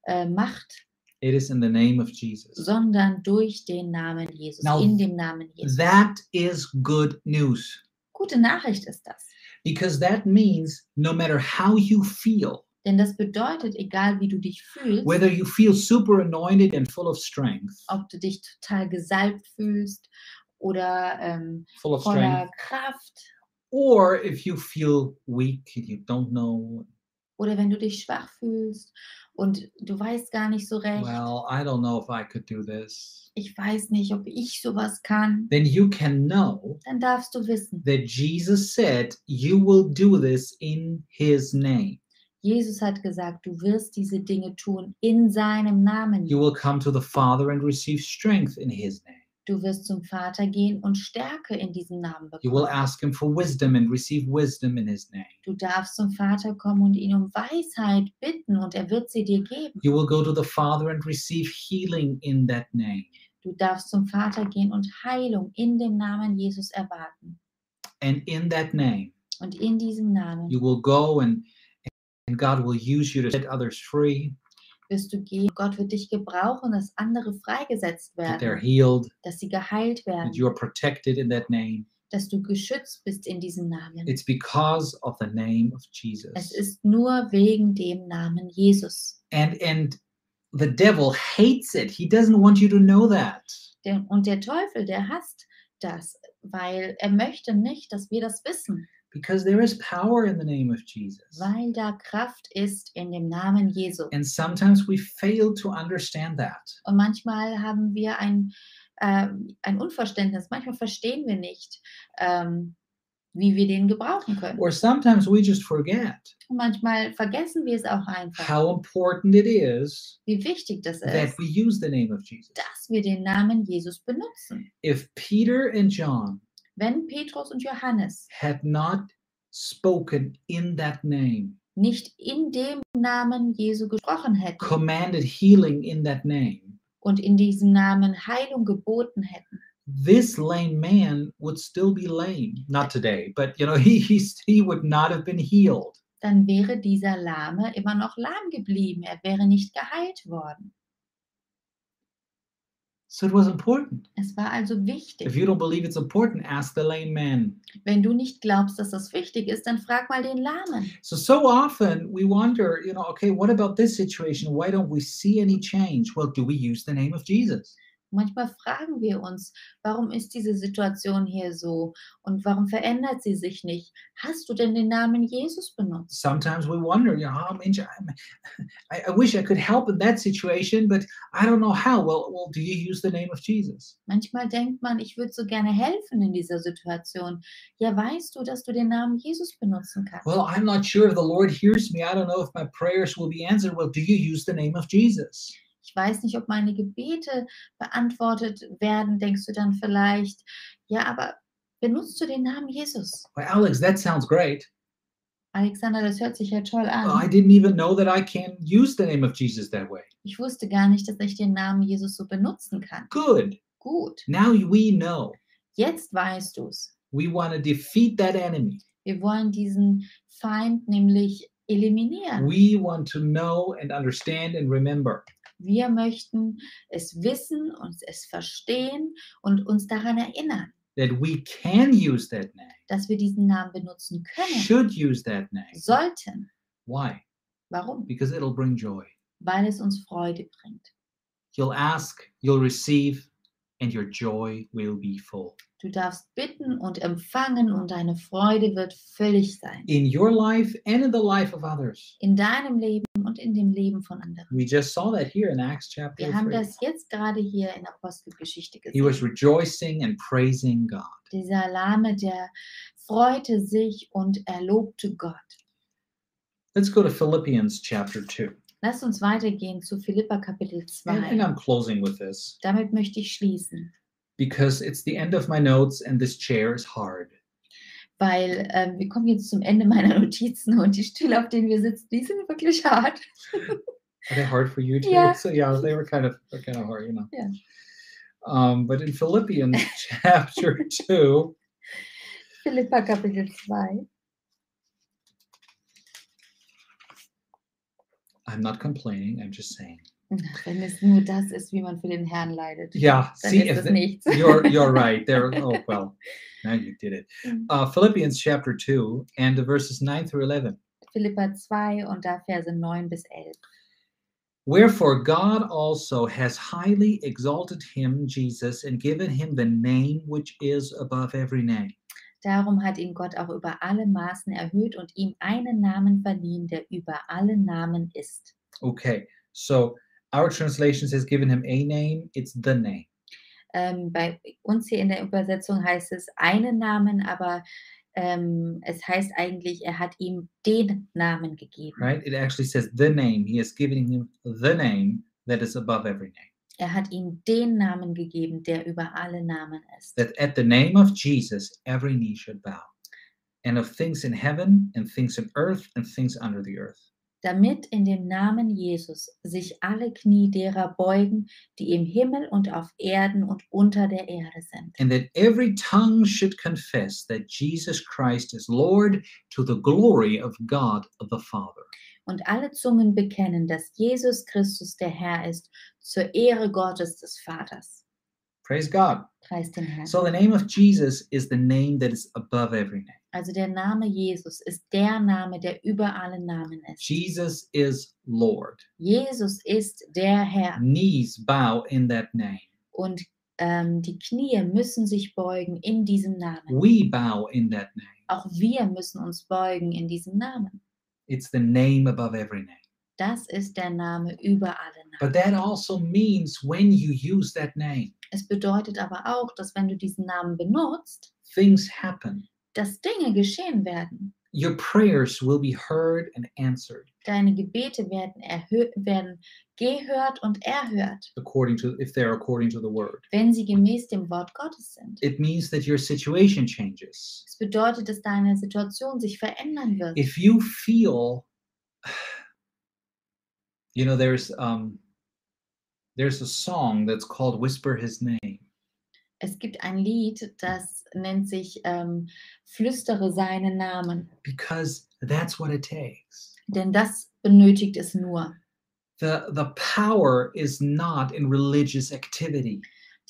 S2: äh, Macht,
S1: It is in the name of Jesus.
S2: sondern durch den Namen Jesus,
S1: Now,
S2: in dem Namen Jesus.
S1: That is good news.
S2: Gute Nachricht ist das.
S1: Because that means no matter how you feel,
S2: Denn das bedeutet, egal wie du dich fühlst,
S1: whether you feel super anointed and full of strength,
S2: ob du dich total gesalbt fühlst oder ähm,
S1: full of
S2: voller
S1: strength,
S2: Kraft,
S1: or if you feel weak and you don't know,
S2: Oder wenn du dich schwach fühlst und du weißt gar nicht so recht,
S1: well, I don't know if I could do this,
S2: ich weiß nicht, ob ich sowas kann,
S1: then you can know
S2: dann darfst du wissen,
S1: that Jesus said, You will do this in his name.
S2: Jesus hat gesagt, du wirst diese Dinge tun in seinem Namen.
S1: You will come to the Father and receive strength in his name.
S2: Du wirst zum Vater gehen und Stärke in diesem Namen
S1: You will
S2: bekommen.
S1: ask him for wisdom and receive wisdom in his name.
S2: Du darfst zum Vater kommen und ihn um Weisheit bitten und er wird sie dir geben.
S1: You will go to the Father and receive healing in that name.
S2: Du darfst zum Vater gehen und Heilung in dem Namen Jesus erwarten.
S1: And in that name,
S2: Und in diesem Namen
S1: you will go and and God will use you to set others free,
S2: wirst du gehen. Gott wird dich gebrauchen, dass andere freigesetzt
S1: that
S2: werden.
S1: they're healed,
S2: dass sie geheilt
S1: that
S2: werden,
S1: you are protected in that name.
S2: dass du geschützt bist in diesem Namen.
S1: It's because of the name of
S2: Es
S1: Jesus.
S2: ist nur wegen dem Namen Jesus.
S1: And and the devil hates it. He doesn't want you to know that.
S2: Der- Und der Teufel, der hasst das, weil er möchte nicht, dass wir das wissen,
S1: Because there is power in the name of Jesus.
S2: weil da Kraft ist in dem Namen Jesu.
S1: And sometimes we fail to understand that.
S2: Und manchmal haben wir ein, ähm, ein Unverständnis, manchmal verstehen wir nicht, ähm, wie wir den gebrauchen können.
S1: Or sometimes we just forget
S2: Und manchmal vergessen wir es auch einfach,
S1: how important it is
S2: wie wichtig das
S1: that
S2: ist,
S1: we use the name of Jesus.
S2: dass wir den Namen Jesus benutzen.
S1: If Peter and John
S2: Wenn Petrus und Johannes
S1: had not spoken in that name,
S2: nicht in dem Namen Jesu gesprochen hätten
S1: commanded healing in that name,
S2: und in diesem Namen Heilung geboten hätten,
S1: this lame man would still be lame. Not today, but you know, <laughs> he he, he would not have been healed.
S2: dann wäre dieser Lahme immer noch lahm geblieben. Er wäre nicht geheilt worden.
S1: So it was important.
S2: Es war also
S1: If
S2: wichtig.
S1: you don't believe it's important, ask the lame man.
S2: Wenn du nicht glaubst, dass das wichtig ist, dann frag mal den Lahmen.
S1: So so often we wonder, you know, okay, what about this situation? Why don't we see any change? Well, do we use the name of Jesus?
S2: Manchmal fragen wir uns, warum ist diese Situation hier so und warum verändert sie sich nicht? Hast du denn den Namen Jesus benutzt?
S1: Sometimes we wonder, you know, oh, man, I, I wish I could help in that situation, but I don't know how. Well, well, do you use the name of Jesus?
S2: Manchmal denkt man, ich würde so gerne helfen in dieser Situation. Ja, weißt du, dass du den Namen Jesus benutzen kannst?
S1: Well, I'm not sure if the Lord hears me. I don't know if my prayers will be answered. Well, do you use the name of Jesus?
S2: Ich weiß nicht, ob meine Gebete beantwortet werden, denkst du dann vielleicht. Ja, aber benutzt du den Namen Jesus?
S1: Well, Alex, that sounds great.
S2: Alexander, das hört sich ja toll
S1: Well, I
S2: an.
S1: didn't even know that I can use the name of Jesus that way.
S2: Ich wusste gar nicht, dass ich den Namen Jesus so benutzen kann.
S1: Good.
S2: Gut,
S1: Now we know.
S2: jetzt weißt du es.
S1: We want to defeat that enemy.
S2: Wir wollen diesen Feind nämlich eliminieren.
S1: We want to know and understand and remember.
S2: Wir möchten es wissen, uns es verstehen und uns daran erinnern,
S1: that we can use that name,
S2: dass wir diesen Namen benutzen können,
S1: should use that name.
S2: sollten.
S1: Why?
S2: Warum?
S1: Because it'll bring joy.
S2: Weil es uns Freude bringt.
S1: You'll ask, you'll receive, and your joy will be full.
S2: Du darfst bitten und empfangen und deine Freude wird völlig sein.
S1: In your life and in the life of others.
S2: In deinem Leben und in dem Leben von anderen.
S1: We just saw that here in Acts chapter
S2: Wir haben
S1: 3.
S2: das jetzt gerade hier in Apostelgeschichte
S1: He was
S2: gesehen.
S1: rejoicing and praising God.
S2: Dieser Lahme, der freute sich und er lobte Gott.
S1: Let's go to Philippians chapter 2.
S2: Lass uns weitergehen zu Philippa Kapitel
S1: And, and
S2: 2.
S1: I'm closing with this
S2: Damit möchte ich schließen,
S1: because it's the end of my notes and this chair is hard.
S2: weil ähm, wir kommen jetzt zum Ende meiner <laughs> Notizen und die Stühle, auf denen wir sitzen, die sind wirklich hart.
S1: Are they hard for you too? <laughs>
S2: Yeah.
S1: So yeah, they were kind of they're kind of hard, you know.
S2: Yeah.
S1: Um, but in
S2: <laughs>
S1: Philippians chapter two,
S2: Philippa Kapitel 2.
S1: I'm not complaining. I'm just saying.
S2: Wenn es nur das ist, wie man für den Herrn leidet,
S1: Yeah.
S2: dann
S1: See,
S2: ist
S1: if
S2: es
S1: the-
S2: nichts.
S1: <laughs> you're
S2: <laughs>
S1: you're right. There. Oh well. Now you did it.
S2: Mm.
S1: Uh, Philippians chapter two and the verses nine through eleven.
S2: Philippa 2 und da Verse 9 bis 11.
S1: Wherefore God also has highly exalted him, Jesus, and given him the name which is above every name.
S2: Darum hat ihn Gott auch über alle Maßen erhöht und ihm einen Namen verliehen, der über alle Namen ist.
S1: Okay. So our translation says, "Given him a name." It's the name.
S2: Ähm, bei uns hier in der Übersetzung heißt es einen Namen, aber ähm, es heißt eigentlich, er hat ihm den Namen gegeben.
S1: right? It actually says the name. He is giving him the name that is above every name.
S2: Er hat ihm den Namen gegeben, der über alle Namen ist.
S1: That at the name of Jesus, every knee should bow, and of things in heaven, and things in earth, and things under the earth.
S2: Damit in dem Namen Jesus sich alle Knie derer beugen, die im Himmel und auf Erden und unter der Erde sind.
S1: And that every tongue should confess that Jesus Christ is Lord to the glory of God the Father.
S2: Und alle Zungen bekennen, dass Jesus Christus der Herr ist, zur Ehre Gottes des Vaters.
S1: Praise God.
S2: Preis den Herrn.
S1: So the name of Jesus is the name that is above every name.
S2: Also der Name Jesus ist der Name, der über alle Namen ist.
S1: Jesus is Lord.
S2: Jesus ist der Herr.
S1: Knees bow in that name.
S2: Und ähm, die Knie müssen sich beugen in diesem Namen.
S1: We bow in that name.
S2: Auch wir müssen uns beugen in diesem Namen.
S1: It's the name above every name.
S2: Das ist der Name über alle Namen.
S1: But that also means when you use that name,
S2: Es bedeutet aber auch, dass wenn du diesen Namen benutzt,
S1: things happen.
S2: dass Dinge geschehen werden.
S1: Your prayers will be heard and answered
S2: Deine Gebete werden, erhö- werden gehört und erhört,
S1: according to if they're according to the word.
S2: wenn sie gemäß dem Wort Gottes sind.
S1: It means that your situation changes.
S2: Es bedeutet, dass deine Situation sich verändern wird.
S1: If you feel <sighs> you know there's um there's a song that's called Whisper His Name.
S2: Es gibt ein Lied, das nennt sich ähm, Flüstere seinen Namen,
S1: because that's what it takes.
S2: denn das benötigt es nur.
S1: The, the power is not in religious activity.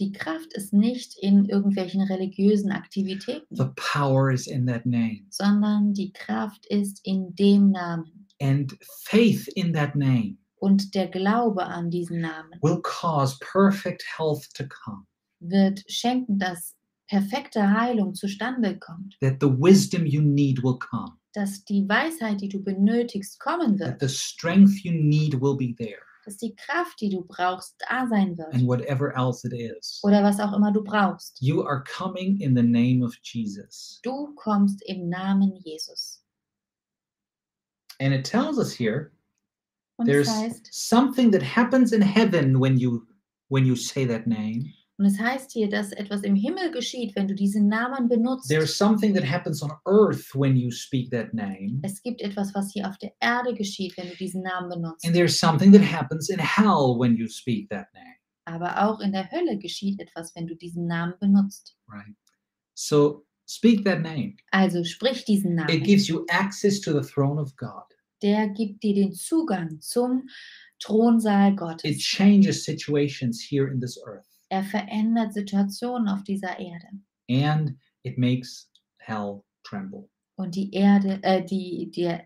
S2: Die Kraft ist nicht in irgendwelchen religiösen Aktivitäten,
S1: The power is in that name.
S2: sondern die Kraft ist in dem Namen.
S1: And faith in that name
S2: Und der Glaube an diesen Namen
S1: will cause perfect health to come,
S2: wird schenken, dass perfekte Heilung zustande kommt,
S1: that the wisdom you need will come,
S2: dass die Weisheit, die du benötigst, kommen
S1: that
S2: wird,
S1: the strength you need will be there,
S2: dass die Kraft, die du brauchst, da sein wird
S1: and whatever else it is.
S2: oder was auch immer du brauchst.
S1: You are coming in the name of Jesus.
S2: Du kommst im Namen Jesus.
S1: And it tells us here
S2: Und
S1: there's
S2: es heißt,
S1: something that happens in heaven when you when you say that name.
S2: und es heißt hier, dass etwas im Himmel geschieht, wenn du diesen Namen benutzt.
S1: there's something that happens on earth when you speak that name
S2: es gibt etwas, was hier auf der Erde geschieht, wenn du diesen Namen benutzt.
S1: and there's something that happens in hell when you speak that name
S2: Aber auch in der Hölle geschieht etwas, wenn du diesen Namen benutzt.
S1: right so speak that name
S2: Also sprich diesen
S1: it
S2: Namen.
S1: gives you access to the throne of god
S2: Der gibt dir den Zugang zum Thronsaal
S1: it
S2: Gottes.
S1: changes situations here in this earth
S2: Er verändert Situationen auf dieser Erde.
S1: and it makes hell tremble
S2: Und die Erde, äh, die, die,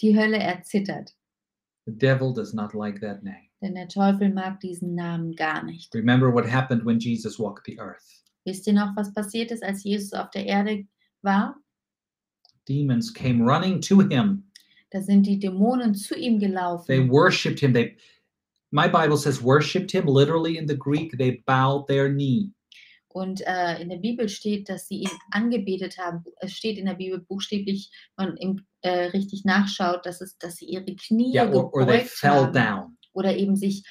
S2: die Hölle erzittert.
S1: the devil does not like that name
S2: Denn der Teufel mag diesen Namen gar nicht.
S1: remember what happened when jesus walked the earth
S2: Wisst ihr noch, was passiert ist, als Jesus auf der Erde war?
S1: demons came running to him
S2: Da sind die Dämonen zu ihm gelaufen.
S1: they worshiped him they my bible says worshiped him literally in the greek they bowed their knee
S2: Und äh, in der Bibel steht, dass sie ihn angebetet haben. Es steht in der Bibel buchstäblich, wenn man im, äh, richtig nachschaut, dass, es, dass sie ihre Knie
S1: yeah or, or they
S2: gebeugt
S1: fell
S2: haben
S1: down
S2: oder eben sich,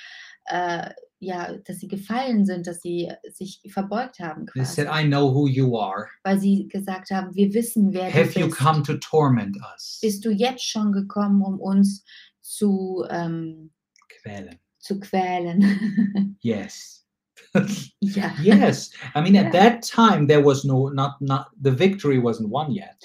S2: äh, ja, dass sie gefallen sind, dass sie sich verbeugt haben,
S1: they
S2: quasi,
S1: said i know who you are
S2: weil sie gesagt haben, wir wissen, wer
S1: have
S2: du
S1: you
S2: bist.
S1: come to torment us
S2: Bist du jetzt schon gekommen, um uns zu, ähm,
S1: Quälen.
S2: zu quälen? <laughs>
S1: yes
S2: ja.
S1: yes i mean
S2: Yeah.
S1: at that time there was no not not the victory wasn't won yet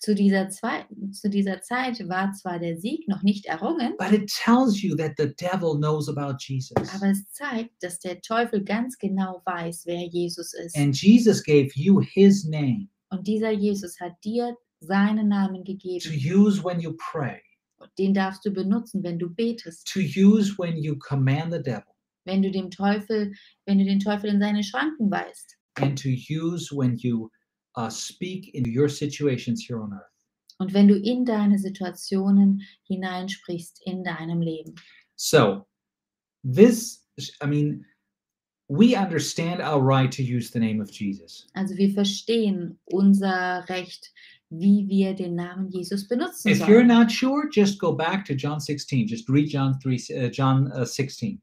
S2: Zu dieser, Zwei zu dieser Zeit war zwar der Sieg noch nicht errungen,
S1: but it tells you that the devil knows about jesus
S2: aber es zeigt, dass der Teufel ganz genau weiß, wer Jesus ist.
S1: and jesus gave you his name
S2: Und dieser Jesus hat dir seinen Namen
S1: to
S2: gegeben.
S1: use when you pray
S2: Und den darfst du benutzen, wenn du betest,
S1: to use when you command the devil
S2: wenn du dem Teufel, wenn du den Teufel in seine Schranken weist
S1: and to use when you uh, speak into your situations here on earth.
S2: und wenn du in deine Situationen hineinsprichst in deinem Leben.
S1: So, this, I mean, we understand our right to use the name of Jesus.
S2: Also wir verstehen unser Recht, wie wir den Namen Jesus benutzen
S1: If you're
S2: sollen.
S1: not sure, just go back to John 16. Just read John 3, uh, John uh, 16.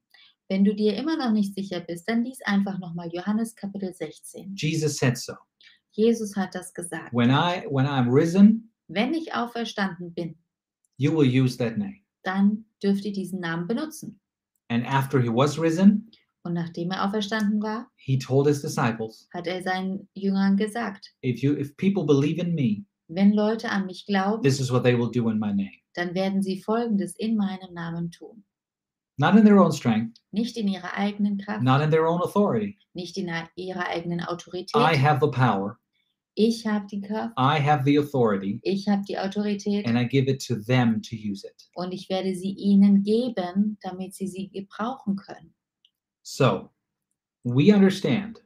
S2: Wenn du dir immer noch nicht sicher bist, dann lies einfach nochmal Johannes Kapitel 16.
S1: Jesus said so.
S2: Jesus hat das gesagt.
S1: When I when I'm risen,
S2: Wenn ich auferstanden bin,
S1: you will use that name.
S2: dann dürft ihr diesen Namen benutzen.
S1: And after he was risen,
S2: Und nachdem er auferstanden war,
S1: he told his disciples,
S2: hat er seinen Jüngern gesagt,
S1: if you if people believe in me,
S2: wenn Leute an mich glauben,
S1: this is what they will do in my name.
S2: dann werden sie Folgendes in meinem Namen tun.
S1: Not in their own strength,
S2: nicht in ihrer eigenen Kraft,
S1: not in their own authority.
S2: nicht in ihrer eigenen
S1: I
S2: Autorität.
S1: have the power,
S2: Ich habe die Kraft,
S1: I have the authority,
S2: ich habe die Autorität
S1: and I give it to them to use it.
S2: und ich werde sie ihnen geben, damit sie sie gebrauchen können.
S1: So we understand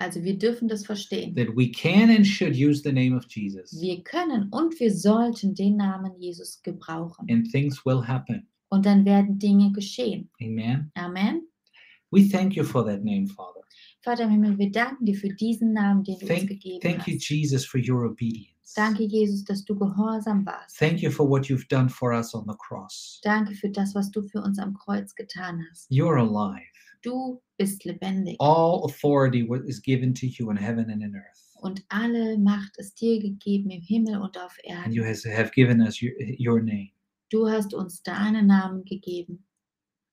S2: Also wir dürfen das verstehen.
S1: that we can and should use the name of Jesus,
S2: Wir können und wir sollten den Namen Jesus gebrauchen.
S1: and things will happen.
S2: Und dann werden Dinge geschehen.
S1: Amen.
S2: Amen.
S1: We thank you for that name, Father.
S2: Vater im Himmel, wir danken dir für diesen Namen, den du uns
S1: Thank,
S2: gegeben
S1: thank you,
S2: hast.
S1: Jesus, for your obedience.
S2: Danke, Jesus, dass du gehorsam warst.
S1: Thank you for what you've done for us on the cross.
S2: Danke für das, was du für uns am Kreuz getan hast.
S1: You're alive.
S2: Du bist lebendig
S1: All authority wa- is given to you in heaven and in earth.
S2: und alle Macht ist dir gegeben im Himmel und auf
S1: And you
S2: Erden.
S1: has, have given us your, your name.
S2: Du hast uns deinen Namen gegeben.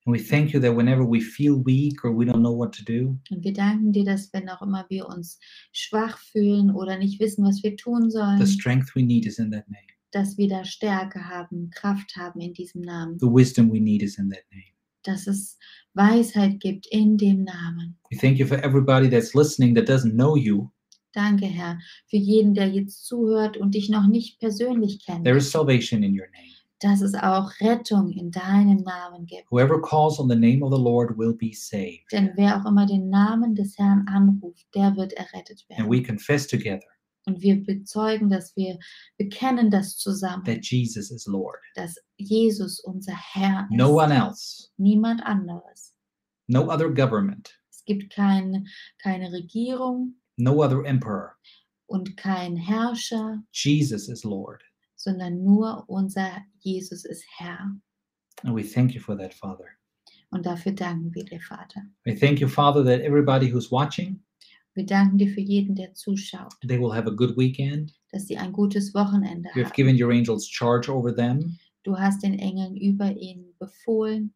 S1: And we thank you that whenever we feel weak or we don't know what to do,
S2: Und wir danken dir, dass wenn auch immer wir uns schwach fühlen oder nicht wissen, was wir tun
S1: the
S2: sollen,
S1: strength we need is in that name.
S2: dass wir da Stärke haben, Kraft haben in diesem Namen,
S1: The wisdom we need is in that name.
S2: dass es Weisheit gibt in dem Namen.
S1: We thank you for everybody that's listening that doesn't know you.
S2: Danke, Herr, für jeden, der jetzt zuhört und dich noch nicht persönlich kennt,
S1: There is salvation in your name.
S2: dass es auch Rettung in deinem Namen gibt.
S1: Whoever calls on the name of the Lord will be saved.
S2: Denn wer auch immer den Namen des Herrn anruft, der wird errettet
S1: And
S2: werden.
S1: we confess together
S2: Und wir bezeugen, dass wir bekennen das zusammen,
S1: that Jesus is Lord.
S2: dass Jesus unser Herr ist,
S1: No one else,
S2: niemand anderes.
S1: no other government,
S2: Es gibt kein, keine Regierung
S1: no other emperor.
S2: und kein Herrscher,
S1: Jesus is Lord.
S2: sondern nur unser Jesus ist Herr.
S1: And we thank you for that, Father.
S2: Und dafür danken wir dir, Vater.
S1: We thank you, Father, that everybody who's watching,
S2: Wir danken dir für jeden, der zuschaut,
S1: they will have a good weekend.
S2: dass sie ein gutes Wochenende
S1: You have
S2: haben.
S1: given your angels charge over them,
S2: Du hast den Engeln über ihnen befohlen,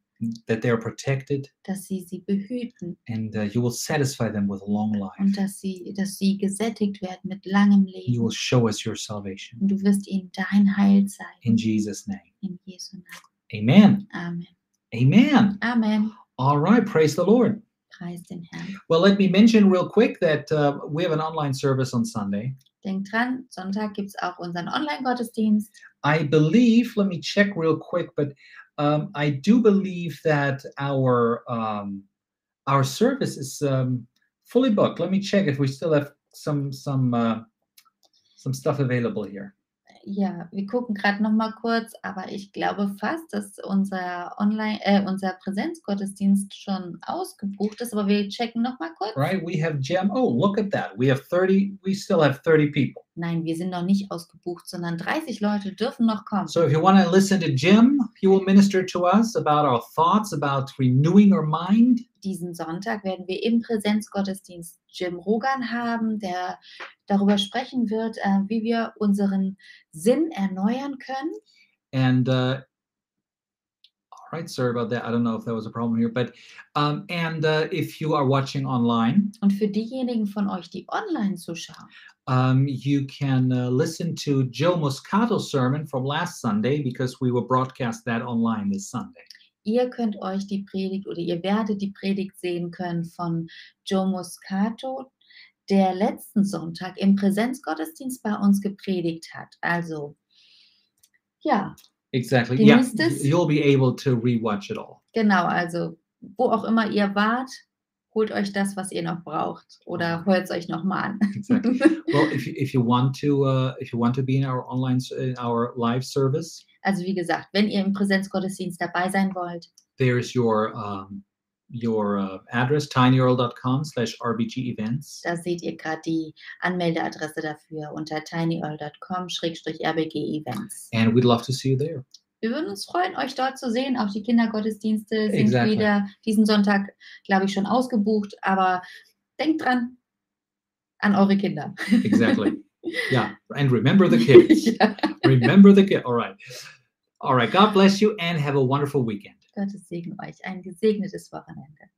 S1: that they are protected,
S2: dass sie sie behüten.
S1: and uh, you will satisfy them with long life.
S2: und dass sie, dass sie gesättigt werden mit langem
S1: You
S2: Leben.
S1: will show us your salvation.
S2: Und du wirst ihnen dein Heil
S1: In
S2: zeigen.
S1: Jesus' name.
S2: In Jesu Namen.
S1: Amen.
S2: Amen.
S1: Amen.
S2: Amen.
S1: All right. Praise the Lord.
S2: Preis den Herrn.
S1: Well, let me mention real quick that uh, we have an online service on Sunday.
S2: Denk dran, Sonntag gibt es auch unseren Online-Gottesdienst.
S1: I believe, let me check real quick, but um, I do believe that our um, our service is um, fully booked. Let me check if we still have some some uh, some stuff available here.
S2: Ja, wir gucken gerade noch mal kurz, aber ich glaube fast, dass unser Online, äh, unser Präsenzgottesdienst schon ausgebucht ist. Aber wir checken noch mal kurz.
S1: Right? We have Gem. Oh, look at that. We have 30. We still have 30 people.
S2: Nein, wir sind noch nicht ausgebucht, sondern 30 Leute dürfen noch kommen.
S1: So if you want to listen to Jim, he will minister to us about our thoughts, about renewing our mind.
S2: diesen Sonntag werden wir im Präsenzgottesdienst Jim Rogan haben, der darüber sprechen wird, äh, wie wir unseren Sinn erneuern können.
S1: and uh, all right sorry about that i don't know if that was a problem here but um, and uh, if you are watching online
S2: Und für diejenigen von euch, die online zuschauen,
S1: um, you can uh, listen to joe moscato's sermon from last sunday because we will broadcast that online this sunday
S2: ihr könnt euch die Predigt oder ihr werdet die Predigt sehen können von Joe Moscato, der letzten Sonntag im Präsenzgottesdienst bei uns gepredigt hat. Also, ja,
S1: exactly
S2: Can you
S1: yeah
S2: miss this?
S1: you'll be able to rewatch it all
S2: Genau, also wo auch immer ihr wart, holt euch das, was ihr noch braucht oder hört es euch nochmal an.
S1: exactly well if you, if you want to uh, if you want to be in our online s- in our live service
S2: <laughs> Also wie gesagt, wenn ihr im Präsenzgottesdienst dabei sein wollt,
S1: there's your um, your uh, address tinyearl.com slash rbg events
S2: da seht ihr gerade die Anmeldeadresse dafür unter tinyearl.com-rbg-events.
S1: and we'd love to see you there
S2: Wir würden uns freuen, euch dort zu sehen. Auch die Kindergottesdienste sind
S1: Exactly.
S2: wieder diesen Sonntag, glaube ich, schon ausgebucht. Aber denkt dran an eure Kinder.
S1: exactly yeah and remember the kids
S2: <laughs> ja.
S1: remember the kid all right all right god bless you and have a wonderful weekend
S2: Gottes Segen euch. Ein gesegnetes Wochenende.